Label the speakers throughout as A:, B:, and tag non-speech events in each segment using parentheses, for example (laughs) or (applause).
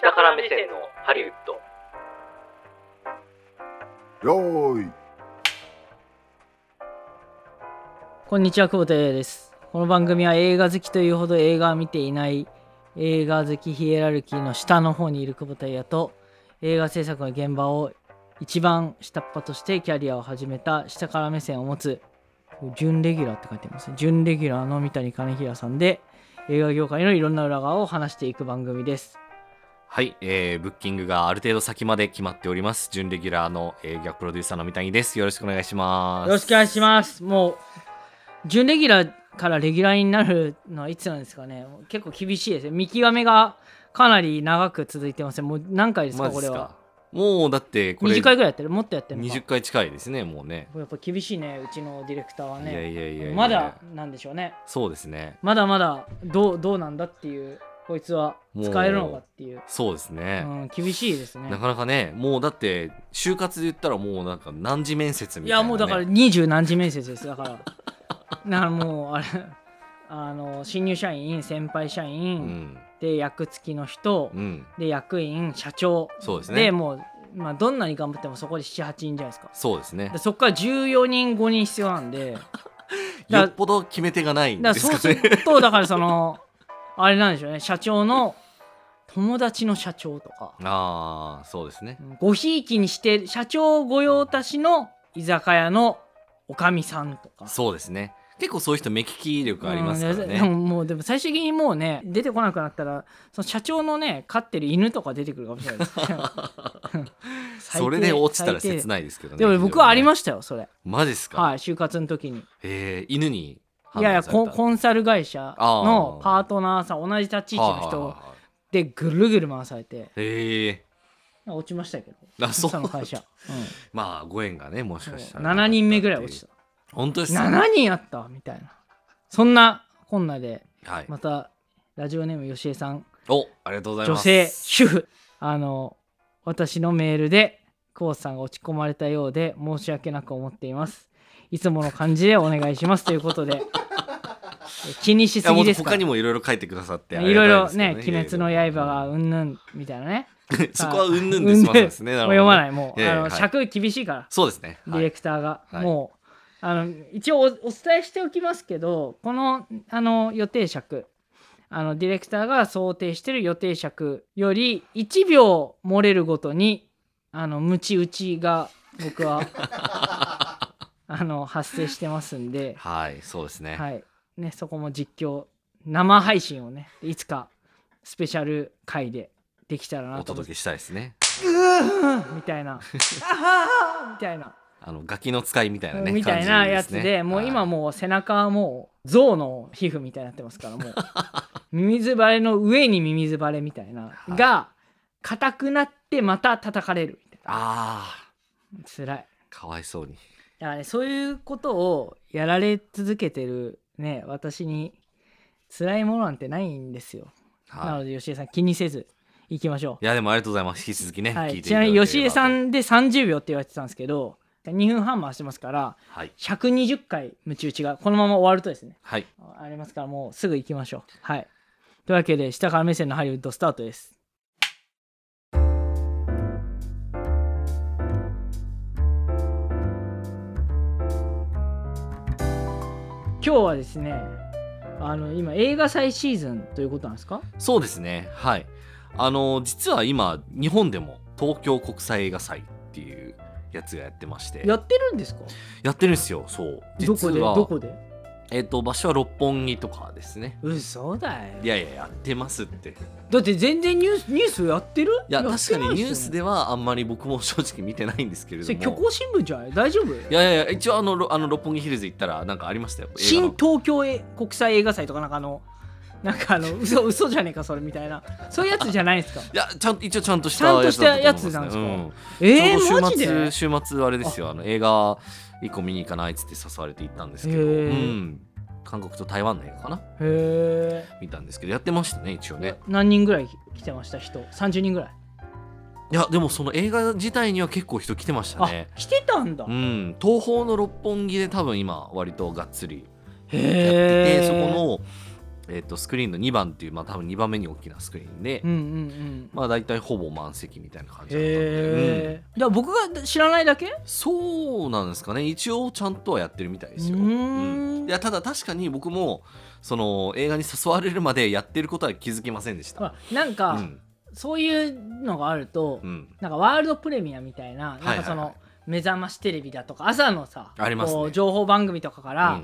A: 下から目線のハリウッド
B: よーい
C: こんにちは、久保田優です。この番組は映画好きというほど映画を見ていない映画好きヒエラルキーの下の方にいる久保田優と映画制作の現場を一番下っ端としてキャリアを始めた下から目線を持つ準レギュラーって書いてありますね。準レギュラーの三谷兼平さんで映画業界のいろんな裏側を話していく番組です。
D: はい、えー、ブッキングがある程度先まで決まっております。準レギュラーの映画プロデューサーの三谷です。よろしくお願いします。
C: よろしくお願いします。もう、準レギュラーからレギュラーになるのはいつなんですかね。もう結構厳しいですね。見極めがかなり長く続いてますね。もう何回ですか、
D: マジ
C: こ
D: っ
C: れ
D: す
C: は。
D: もうだってこれ
C: 20回ぐらいやってる。もっとやってるのか。
D: 20回近いですね、もうね。
C: これやっぱ厳しいね、うちのディレクターはい
D: や
C: ね。
D: いやいやいや
C: まだなんでしょうね。
D: そうですね。
C: まだまだどうどうなんだっていう、こいつは使えるのかっていう。
D: そうです
C: う
D: ね。
C: ん、厳しいですね
D: な。かなかね、もうだって就活で言ったらもうなんか何次面接み
C: い
D: たいな、
C: や
D: ね。
C: もうだから20何時面接ですだからだからもうあれあの新入社員先輩社
D: う
C: 員、
D: ん、
C: で役付きの人、
D: うん、
C: で役員社長
D: そうですね
C: もう、まあ、どんなに頑張ってもそこで78人じゃないですか
D: そうですね
C: で。そこから14人5人必要なんでら
D: よっぽど決め手がないん
C: だから
D: で
C: そう
D: す
C: す
D: かね。
C: るとだからそのあれなんでしょうね社長の友達の社長とか
D: (laughs) ああ、そうですね
C: う。んごひいきにして社長御用達の居酒屋のおかみさんとか
D: そうですね。結構そういう人目利き力ありますから
C: うん
D: ね。
C: でももうでも最終的にもうね出てこなくなったらその社長のね飼ってる犬とか出てくるかもしれ
D: (laughs)
C: ないです最低
D: それで落ちたら切ないですけどね。
C: でも僕はあり
D: し
C: ましたよそれ
D: マジっすか、
C: はい就活の時に
D: えー、犬に
C: いやいやコン
D: ん
C: コンサル会社のパートナーさん同じ立ち位置の人
D: 人。
C: でぐるぐる回されて
D: え
C: 落ちましたけど
D: ー、あそう
C: その会社、
D: ー、 (laughs) まあご縁がねもし
C: うん、
D: かしたら
C: 7人目ぐらい落ち
D: た
C: た
D: 本当ですか
C: 7人あったみたいなそんなこんなで
D: はい、
C: またラジオネームよしえさん
D: おありがとうござい
C: 女
D: ます
C: 性主婦あの私のメールで久保田さんが落ち込まれたようで申し訳なく思っていますいつもの感じでお願いしますということでえ気にし
D: い
C: す
D: やも
C: ぎ
D: う
C: ですか
D: 他
C: ら
D: にもいろいろ書いてくださってあ
C: い
D: りが
C: ろい
D: た
C: ろ
D: ですけど
C: ね「鬼滅の刃」がうんぬんみたいなね
D: (laughs) そこはうんぬんで済ませですね
C: もう読まないいもう、
D: ええ
C: あの
D: はい
C: 尺厳しいから
D: そうですね、
C: デ
D: は
C: ィレ
D: い、
C: クターが、
D: はい
C: もうあの一応おお伝えしておきますけどこのあの予定尺あのディレクターが想定してる予定尺より1秒漏れるごとにあのムチ打ちが僕
D: (laughs)
C: はあの発生してますんで、
D: はい、そうですね、
C: はいね、そこも実況生配信をねいつかスペシャル回でできたら
D: お
C: なと思っ
D: 届
C: て
D: けしたいですね
C: みたい
D: (laughs)
C: なみたいな。
D: あのガキの使いみたいなね
C: みたいなやつで
D: 感じね
C: もう
D: は
C: 今
D: い
C: もう背中はもう象の皮膚みたいになってますから
D: (laughs)
C: もうミミズバレの上にミミズバレみたいな、
D: はい
C: が硬くなってまた叩かれるみたい
D: あ
C: な辛い
D: ーかわいそうに
C: だからねそういうことをやられ続けてるね私に辛いものなんてないんですよ、な
D: は
C: の
D: い
C: で吉江さん気にせず行きましょう
D: いやでもありがとうございます引き続きね、
C: は
D: 聞い
C: い、
D: て
C: ちなみに吉江さ
D: ん
C: んで30秒って言われてたんですけど2分半回してますから
D: はい
C: 120回ムチ打ちがこのまま終わるとですね
D: はい
C: ありますからもうすぐ行きましょう。はい。というわけで下から目線のハリウッドスタートです。今日はですね、あの今映画再シーズンということなんですか？
D: そうですね。はい。あの、実は今、日本でも東京国際映画祭っていうやつがやってまして、
C: や
D: や
C: ってるんですか？
D: ってるんですよ、そう。
C: どこで
D: 実は
C: どこで？
D: えっ、と、場所は六本木とかですね。
C: 嘘だよ
D: い。やいや、やってますって。い
C: だって全然ニュースニュースやってる？
D: や、
C: ってないっす
D: 確
C: よ
D: か
C: ね
D: にニュースではあんまり僕も正直見てないんですけれ
C: それ
D: ど
C: 虚
D: も。
C: 構新聞じゃない？大丈夫？
D: いやいやいや、一応あの、ろあの六本木ヒルズ行ったらなんかありましたよ。映画
C: 新
D: の
C: 東京え国際映画祭とかなんかあのなんかあの (laughs) 嘘嘘じゃねえかそれみたいなそういうやつじゃないですか
D: いや、ちゃんと、一応ちゃんとし
C: ちゃん
D: た
C: と
D: や
C: し
D: つ
C: たや
D: だと
C: つ
D: 思いますね
C: なんですか
D: うん
C: え
D: ちょ
C: ー、
D: うど
C: マ
D: 週
C: ジで
D: 末、週末あれですよ、あの映画一個見に行かないっつって誘われて行ったんですけど、
C: へ
D: う
C: ー
D: ん、韓国と台湾の映画かな
C: へ
D: 見たんですけど、やってましたね、一応
C: え
D: ね。
C: 何人ぐらい来てました人30人ぐらい、
D: いや、でもその映画自体には結構人来てました
C: あ
D: ね。
C: 来てたんだ、
D: う
C: へ
D: ん、東宝の六本木で多分今割とがっつりやってて、
C: え
D: そこのえっとスクリーンの2番っていう、まあ、多分2番目に大きなスクリーンで、
C: うんうんうん
D: まあ大体ほぼ満席みたいな感じだったん
C: へ
D: で、うん
C: え、じゃあ僕が知らないだけ
D: そうなんですかね一応ちゃんとはやってるみたいですよ。
C: うーん
D: いやただ確かに僕もその映画に誘われるまでやってることは気づきませんでした。
C: まあなんか、
D: うん
C: そういうのがあると、
D: うん
C: なんかワールドプレミアみたいななんかその、
D: はいはいはい
C: 目覚ましテレビだとか朝のさ
D: ありますね
C: こう情報番組とかから、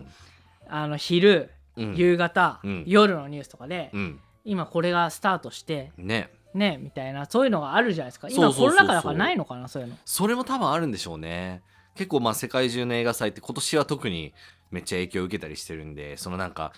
C: あの昼、
D: うんうん
C: 夕方、
D: うん
C: 夜のニュースとかで、
D: うん
C: 今これがスタートして
D: ね
C: ねみたいなそういうのがあるじゃないですか
D: そ
C: 今
D: うそう
C: コロ
D: そうそ
C: ナ
D: う
C: 禍だからないのかなそういうの
D: それも多分あるんでしょうね結構まあ世界中の映画祭って今年は特にめっちゃ影響を受けたりしてるんでそのなんか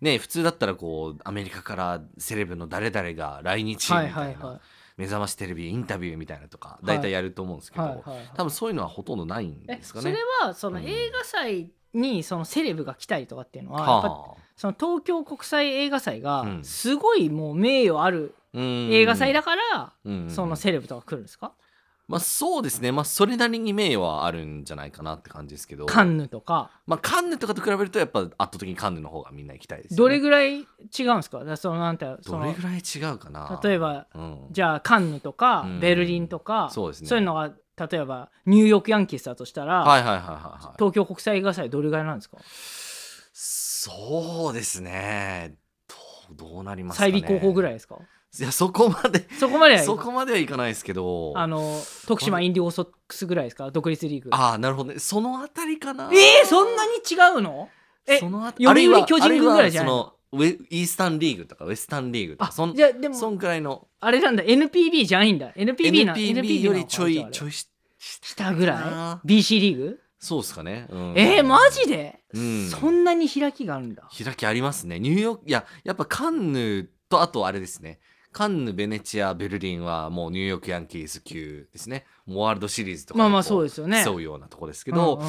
D: ね普通だったらこうアメリカからセレブの誰々が来日みたいな、
C: はいはいは
D: 目覚ましテレビインタビューみたいなとか大体やると思うんです
C: い
D: けど、
C: はいはい
D: 多分そういうのはほとんどないん
C: え
D: です
C: そ
D: か
C: れ
D: ね。
C: はその
D: うん
C: 映画祭にそのセレブが来たりとかっていうのは、やっぱ
D: は
C: その東京国際映画祭が
D: うん
C: すごいもう名誉ある
D: あ、うん
C: 映画祭だから、
D: うん
C: そのセレブとか来るんですか、
D: まあそうですねまあそれなりに名誉はあるんじゃないかなって感じですけど
C: カンヌとか
D: まあ、カンヌとかと比べるとやっぱ圧倒的にカンヌの方がみんな行きたいですよね、
C: どれぐらい違うんですかだからそのなんてそ
D: どれ
C: の
D: ぐらい違うかな
C: 例えば
D: うん、
C: じゃあカンヌとか
D: うん
C: ベルリンとか、
D: そうですね
C: いうのが例えばニューヨークヤンキースだとしたら、
D: はいはいはいはいはい
C: 東京国際映画祭どれぐらいなんですか
D: そうですねどうどうなりますかね
C: 最尾候補ぐら
D: い
C: いですか
D: いやそこまで
C: そこまではい
D: そこまではいかないですけど
C: あの徳島インディオソックスぐらいですか独立リーグ
D: ああなるほどねそのあたりかな
C: えー、そんなに違うのえ
D: そのあ
C: 読売
D: あるいは
C: 巨人軍ぐらいじゃない
D: あるはそのウェイースタンリーグとかウェスタンリーグと
C: あ
D: かそん
C: じゃあで
D: そ
C: も
D: んくらいの
C: あれなんだ NPB じゃないんだ NPB な
D: NPB よりちょいちょ
C: い
D: いし
C: 下ぐら
D: ない
C: BC リーグ
D: そうですかね、うん
C: えー、マジで、
D: うん
C: そんなに開きがあるんだ
D: 開きありますねニューヨークいややっぱカンヌとあとあれですねカンヌベネチアベルリンはもうニューヨークヤンキース級ですねもうワールドシリーズとか
C: まあまあ
D: こ
C: そうですよね
D: 競うようなとこですけど、
C: うんうん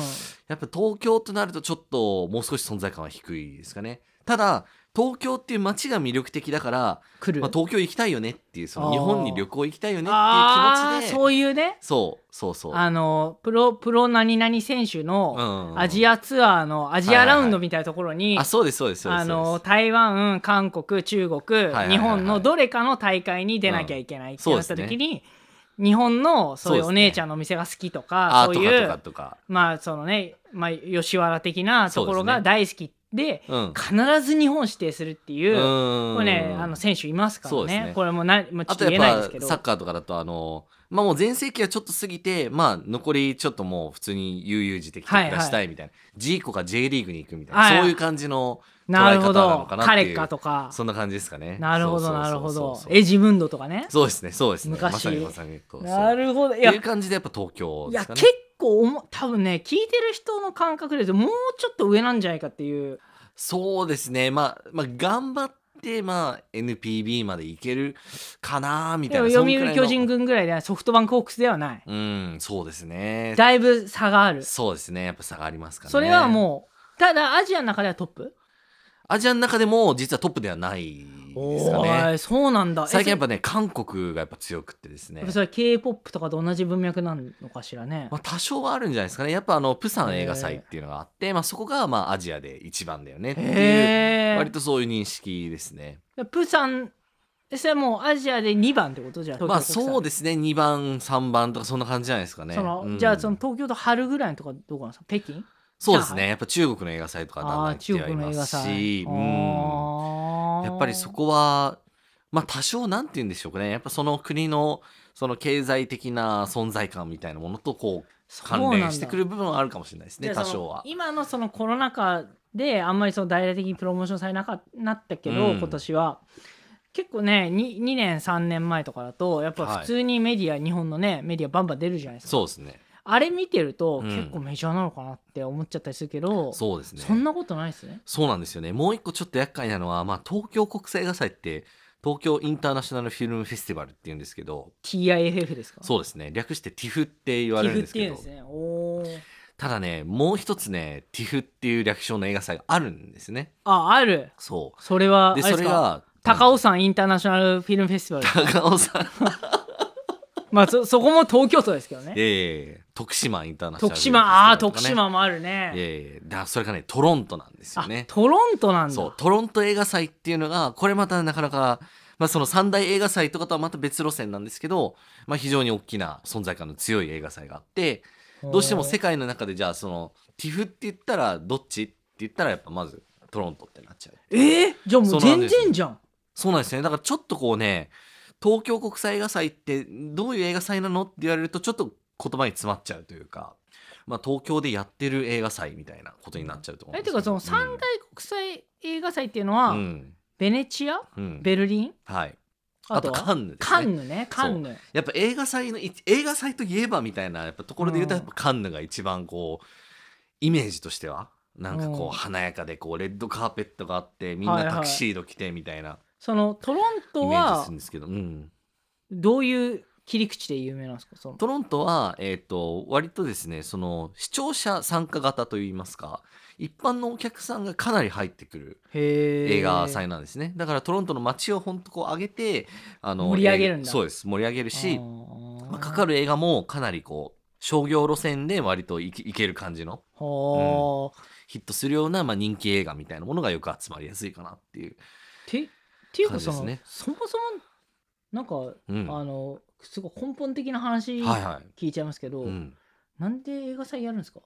D: やっぱ東京となるとちょっともう少し存在感は低いですかねただ東京っていう街が魅力的だから、
C: 来る、
D: まあ、東京行きたいよねっていうそ
C: あー
D: の日本に旅行行きたいよねっていう
C: あ
D: 気持
C: ー
D: ちで
C: そういうね
D: そうそうそう
C: あのプロプロ何々選手の
D: うん
C: アジアツアーのアジアラウンドみたいなところに、
D: あそうですそうですそうです
C: あの
D: そうで
C: 台湾韓国中国、
D: いはいはい
C: 日本のどれかの大会に出なきゃいけないって
D: うん
C: なった時に、日本のそういう
D: そ
C: お
D: うですね
C: 姉ちゃんのお店が好きと
D: す
C: か
D: あ
C: そう
D: と
C: い
D: かと
C: う
D: かとか
C: まあそのね、まあ、吉原的なところ
D: そうです
C: が
D: ね
C: 大好きで
D: うん
C: 必ず日本指定するっていう、これねあの選手いますから
D: そうで
C: ね
D: すね
C: これもうなもうちょ
D: あ
C: っと
D: と
C: 言えないで
D: や
C: す
D: っ
C: け
D: ぱ
C: ど
D: サッカーとかだとあのまあもう全盛期はちょっと過ぎてまあ残りちょっともう普通に悠々自適に暮らしたいみたいな、ジーコが J リーグに行くみたいな、
C: はいはい
D: そういう感じの
C: なるほ
D: 捉え方な
C: ど
D: のかなっていう
C: 彼かとか
D: そんな感じですかね
C: なるほど
D: そうそう
C: な
D: そ
C: る
D: うそ
C: ほど
D: うそう
C: エジムンドとかね
D: そうですねそうですね
C: 昔
D: まさにまさにそうそう
C: なるほどい
D: っ
C: や
D: ていう感じでやっぱ東京
C: い
D: で
C: や
D: すかね
C: 結構おも多分ね聞いてる人の感覚で言うともうちょっと上なんじゃないかっていう
D: そうですねまあまあ頑張ってまあ NPB まで行けるかなみた
C: で
D: い
C: も
D: な
C: 読売巨人
D: 軍
C: 軍ぐらいでソフトバンクホークスではない
D: うんそうですね
C: だいぶ差がある
D: そうですねやっぱ差がありますかね
C: それはもうただアジアの中ではトップ
D: アジアの中でも実はトップではないですか
C: お
D: ね。
C: いそうなんだえ
D: 最近やっぱね韓国がやっぱ強くってです
C: そ
D: ね
C: やっぱ。それ K-POP とかと同じ文脈なのかしらね
D: まあ、多少はあるんじゃないですかね。やっぱあのプサン映画祭っていうのがあって、まあ、そこがまあアジアで一番だよねっていう
C: へ
D: 割とそういう認識ですね。
C: えプサンえそれはもうアジアで2番ってことじゃ
D: まあそう
C: で
D: ですね2番3番とかそんな感じじゃないですかね。
C: その
D: うん
C: じゃあその東京と春ぐらいのとこどこなんですか北京
D: そうです
C: 上
D: ねやっぱ中国の映画祭とかだん
C: あ
D: だ
C: あ
D: ん
C: ー
D: 来
C: 中
D: てはい
C: 国の
D: ま
C: 映画
D: す
C: 祭
D: し、うんやっぱりそ
C: こ
D: こは、まあ、多少なんて言うんでしょうかねやっぱその国のその経済的な存在感みたいなものとこう関連してくる部分はあるかもしれないですね
C: じゃあ
D: 多
C: その
D: 少は。
C: 今のそのコロナ禍であんまりその大々的にプロモーションされなかなったけど、
D: うん
C: 今年は結構ね 2, 2年3年前とかだとやっぱ普通にメディア、日本のねメディアバンバン出るじゃないですか
D: そうですね
C: あれ見てると、
D: うん
C: 結構メジャーなのかなって思っちゃったりするけど
D: そうですね
C: そんなことないですね
D: そうなんですよねもう一個ちょっと厄介なのは、まあ、東京国際映画祭って東京インターナショナルフィルムフェスティバルっていうんですけど
C: TIFF ですか
D: そうですね略して TIFF って言わ
C: テ
D: れ
C: ィ
D: るん
C: フっ
D: です
C: てい
D: け
C: うん
D: ど
C: ですねおー
D: ただねもう一つね TIFF っていう略称の映画祭があるんですね
C: あある
D: そ
C: それは
D: うで
C: あれ
D: そ
C: です
D: れ
C: か
D: が
C: 高尾山インターナショナルフ
D: (laughs)
C: ィルムフェスティバル
D: 高尾さん
C: まあそそこも東京都ですけどね
D: ええ徳島インターナショナル
C: 徳島ああー
D: フェ
C: 徳
D: スティバルとかね
C: 島もある
D: いや
C: ね
D: いやだそれがねトロントなんですよ
C: あ
D: ね
C: トロントなんだ
D: そうトロント映画祭っていうのがこれまたなかなか、まあ、その三大映画祭とかとはまた別路線なんですけど、まあ、非常に大きな存在感の強い映画祭があってどうしても世界の中でじゃあそのティフって言ったらどっちって言ったらやっぱまずトロントってなっちゃう
C: えー、じゃあも
D: そううな
C: 全
D: んです
C: 然じゃん
D: そうなんですねだからちょっとこうね東京国際映画祭ってどういう映画祭なのって言われるとちょっと言葉に詰まっちゃうというか、まあ、東京でやってる映画祭みたいなことになっちゃうと思うん
C: えて
D: ですけど
C: かその三大国際映画祭っていうのは、
D: うんうん
C: ベネチア
D: うん
C: ベルリン
D: はいあ
C: あ
D: と
C: とは
D: カンヌですね
C: カンヌねカンヌ
D: やっぱ映画祭のい映画祭といえばみたいなやっぱところで言うと
C: うん
D: やっぱカンヌが一番こうイメージとしてはなんか
C: うん
D: こう華やかでこうレッドカーペットがあってみんなタキシード着てみたいな
C: そのトロン
D: イ
C: ト
D: メージす
C: は
D: るんですけど、うん、
C: どういう切り口で有名なんですかその
D: トロントは、えー、と割とですねその視聴者参加型といいますか一般のお客さんがかなり入ってくる映
C: 映
D: 画祭なんですね、だからトロントの街をほんとこう上げてあの
C: 盛り上げるんだ
D: 映画そうです盛り上げるし、まあかかる映画もかなりこう商業路線で割といけいける感じの
C: はあ、
D: ヒットするような、まあ、人気映画みたいなものがよく集まりやすいかなっていう、
C: てっていうか
D: 感じ
C: そ
D: で
C: の、
D: すね
C: そもそもなんか、
D: うん、
C: あ
D: は
C: のすごい根本的な話
D: いは
C: 聞いちゃいますけど、
D: い、うん、
C: なんで映画祭やるんですか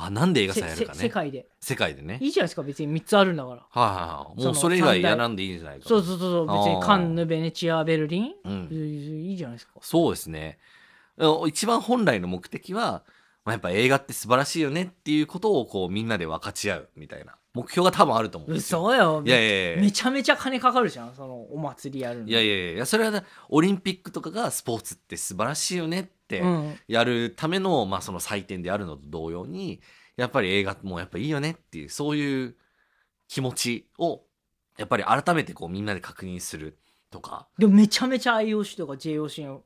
D: あなんで映画
C: せ
D: 祭やるかね
C: せ世界で
D: 世界でね
C: いいじゃないですか別に3つあるんだから
D: はいはいはい
C: そ
D: も
C: の
D: うそれ以外
C: 三大
D: やらんでいいんじゃないかな
C: そうそうそうそう別に
D: あー
C: カンヌベネチアベルリン、
D: うん
C: いいじゃないですか
D: そうですね。一番本来の目的は、まあ、やっぱ映画って素晴らしいよねっていうことをこうみんなで分かち合うみたいな目標が多分あると思うんですよ。
C: 嘘よ
D: いやいやいや
C: めちゃめちゃ金かかるじゃんそのお祭りやるの
D: いやいやいやそれはねオリンピックとかがスポーツって素晴らしいよねって
C: うん、
D: やるための,、まあその祭典であるのと同様にやっぱり映画もやっぱいいよねっていうそういう気持ちをやっぱり改めてこうみんなで確認するとか
C: でもめちゃめちゃ IOC とか JOC の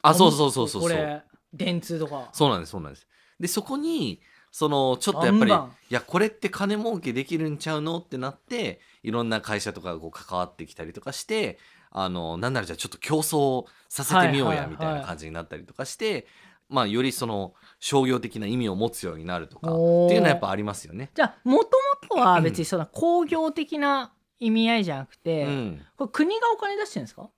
D: あそうそうそうそう
C: こ
D: そう
C: れ電通とか
D: そうなんですそうなんですでそこにそのちょっとやっぱり
C: バンバン
D: いやこれって金儲けできるんちゃうのってなっていろんな会社とかがこう関わってきたりとかしてあのなんならじゃあちょっと競争させてみよう
C: はいはいは
D: や
C: い
D: みたいな感じになったりとかして、まあよりその商業的な意味を持つようになるとかって
C: おー
D: いうのはやっぱありますよね。
C: じゃあもともとは別にその工業的な意味合いじゃなく
D: う
C: て、
D: ん、
C: これ国がお金出してるんですか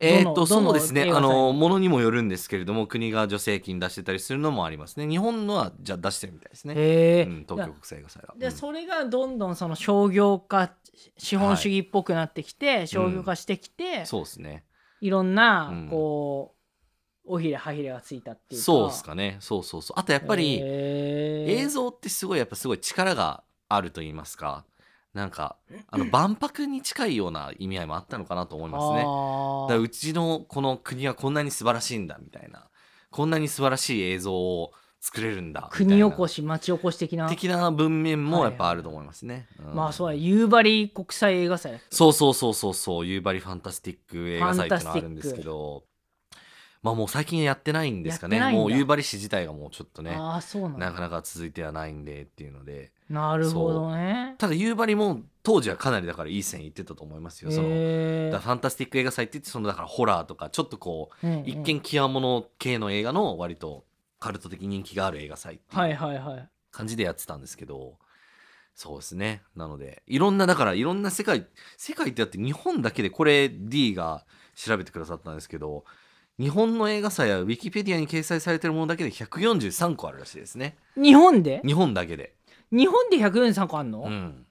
D: えー、と
C: どの
D: そうです
C: 映
D: ね
C: 画
D: あ
C: 祭
D: のものにもよるんですけれども国が助成金出してたりするのもありますね日本のはじゃあ出してるみたいですね、
C: へえ、
D: うん、東京国際映画祭は。
C: で
D: うん
C: それがどんどんその商業化資本主義っぽくなってきて、商業化してきて、
D: そうですね
C: いろんな
D: うん
C: こう、おひれはひれがついたっていうか
D: そうですかねそうそうそうあとやっぱり、映
C: 映
D: 像ってすごいやっぱすごい力があると言いますかなんか
C: (laughs)
D: あの万博に近いような意味合いもあったのかなと思いますね。だからうちのこの国はこんなに素晴らしいんだみたいなこんなに素晴らしい映像を作れるんだみたいな
C: 国おこし町おこし的な
D: 的な文面もやっぱあると思いますね。うん
C: まあそうだ夕張国際映画祭
D: そうそうそうそうそう夕張ファンタスティック映画祭っていうのがあるんですけどまあもう最近やってないんですかね
C: やってないんだ
D: もう夕張市自体がもうちょっとね
C: ああそうなん
D: な
C: だ
D: かなか続いてはないんでっていうので。
C: なるほどね
D: ただ夕張も当時はかなりだからいい線いってたと思いますよ。その
C: へー
D: だからファンタスティック映画祭って言ってそのだからホラーとかちょっとこう、
C: うんうん
D: 一見極物系の映画の割とカルト的人気がある映画祭って
C: はいいうはいはい
D: 感じでやってたんですけどそうですねなのでいろんなだからいろんな世界世界ってだって日本だけでこれ D が調べてくださったんですけど日本の映画祭はウィキペディアに掲載されてるものだけで143個あるらしいですね
C: 日本で
D: 日本だけで。
C: 日本で143個あんの、
D: うん、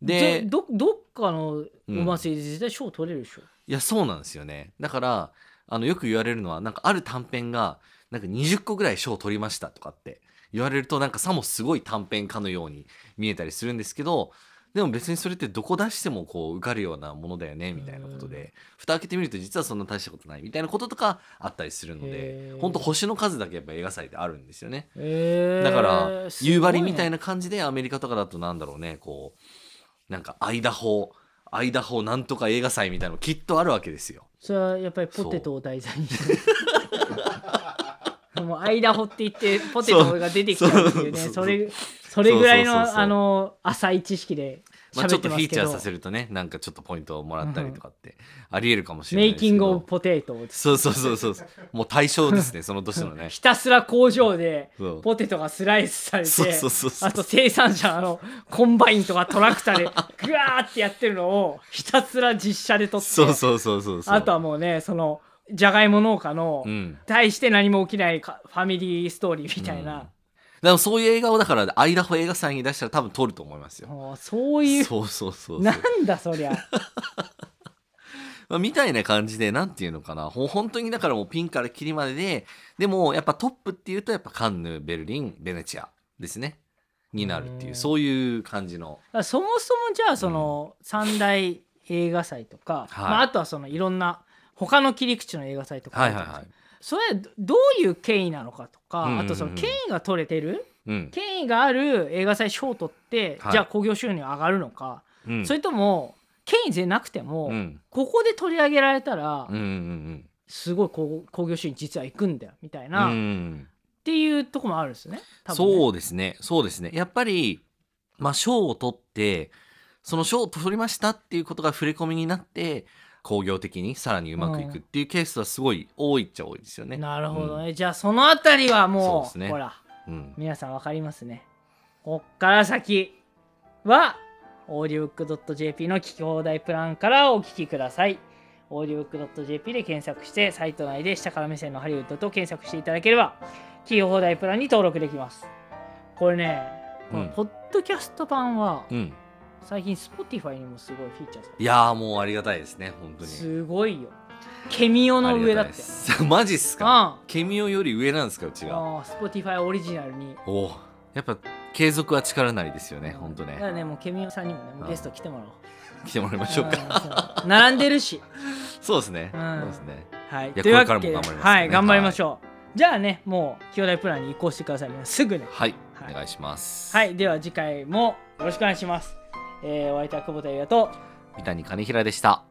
C: でどどっかのお祭りで絶対賞取れるでしょ、
D: いやそうなんですよねだからあのよく言われるのはなんかある短編がなんか20個ぐらい賞を取りましたとかって言われるとなんかさもすごい短編かのように見えたりするんですけどでも別にそれってどこ出してもこう受かるようなものだよねみたいなこと
C: う
D: で蓋開けてみると実はそんな大したことないみたいなこととかあったりするの
C: へ
D: で
C: ー
D: ほんと星の数だけやっぱ映画祭ってあるんですよね。
C: へー
D: だから
C: すご
D: 夕張みたい
C: な
D: な感じでアメリカとかだとなんだろうねこうなんかアイダホアイダホなんとか映画祭みたいなのきっとあるわけですよ。
C: それはやっぱりポテトを題
D: (laughs)
C: 材にしてもう間掘っていってポテトが出てきちゃうっていうね
D: そ
C: そうれそれぐらいの
D: そうそうそうそう
C: あの浅い知識で
D: まあ、
C: 喋
D: ちょ
C: っ
D: ってとフ
C: ま
D: ィ
C: す
D: ー
C: け
D: チャー
C: ど
D: さ、せるとねなんかちょっとポイントをもらったりとかってありえるかもしれな
C: メ
D: い
C: イ
D: ですけ
C: キ
D: ど
C: ングオブポテトです
D: そうそうそうそうもう対象ですねそ (laughs) の年のね
C: ひたすら工場で
D: そう
C: ポテトがスライスされて
D: そうそうそうそう
C: あと生産者あのコンバインとかトラク
D: (laughs)
C: ターでグワーってやってるのをひたすら実写で撮って
D: そうそうそうそうそう
C: あとはもうねそのじゃがいも農家の、
D: うん
C: 対して何も起きないかファミリーストーリーみたいな、
D: でもそういう映画をだからアイラホ映画祭に出したら多分撮ると思いますよ
C: もうそういう
D: そうそうそうそう
C: なんだそりゃ
D: まあみたいな感じでなんていうのかなほ本当にだからもうピンからキリまでででもやっぱトップっていうとやっぱカンヌベルリンベネチアですねになるっていううんそういう感じの
C: そもそもじゃあその三大映画祭とか、
D: はい
C: まあ、あとはそのいろんな他の切り口の映画祭とか
D: はいはいはい
C: それどどういう権威なのかとか、
D: うんうんうん
C: あとその権威が取れてる
D: うん、
C: 権威がある映画祭賞を取って、
D: はい
C: じゃあ興行収入上がるのか、
D: うん、
C: それとも権威でなくても、
D: うん
C: ここで取り上げられたら、
D: うんうんうん
C: すごい興興行収入実は行くんだよみたいうな、っ
D: ん
C: ていうとこもあるんですね。多分ね
D: そうですねそうですねやっぱりまあ賞を取ってその賞を取りましたっていうことが触れ込みになって工業的にさらにうまくいくっていうケースはすごい多いっちゃ多いですよね。
C: なるほどね、じゃあそのあたりは
D: そう
C: も
D: です
C: う
D: ね
C: ほら
D: うん、うん
C: 皆さんわかりますねこっから先は audiobook.jp の聞き放題プランからお聞きください audiobook.jp で検索してサイト内で下から目線のハリウッドと検索していただければ聞き放題プランに登録できますこれね、この
D: うん
C: ポッドキャスト版は
D: うん、
C: 最近 Spotify にもすごいフィーチャーされて
D: いやーもうありがたいですね本当
C: る
D: に。
C: すごいよケミオ
D: あ
C: の
D: り
C: 上だ
D: が
C: った
D: い
C: て
D: です (laughs) マジっすか
C: あ
D: ケミオより上なんですかうちが。
C: あ Spotify オリジナルに
D: おおやっぱ継続は力なりですよね
C: うん
D: 本当
C: だから
D: ね。
C: ねもうケミオさんにもねもう
D: うん
C: ゲスト来てもらおう
D: 来てもらいましょうか。
C: か並んでるし
D: そうですね。
C: うん
D: そうですね。
C: はい
D: いや
C: というわけ
D: これから
C: で
D: も頑張りますからね
C: はい頑張りましょう、じゃあねもう兄弟プランに移行してくださいねすぐね
D: はい、
C: はい
D: お願いします。
C: はいでは次回もよろしくお願いします、えー、お相手は久保田裕也と
D: 三谷兼平でした。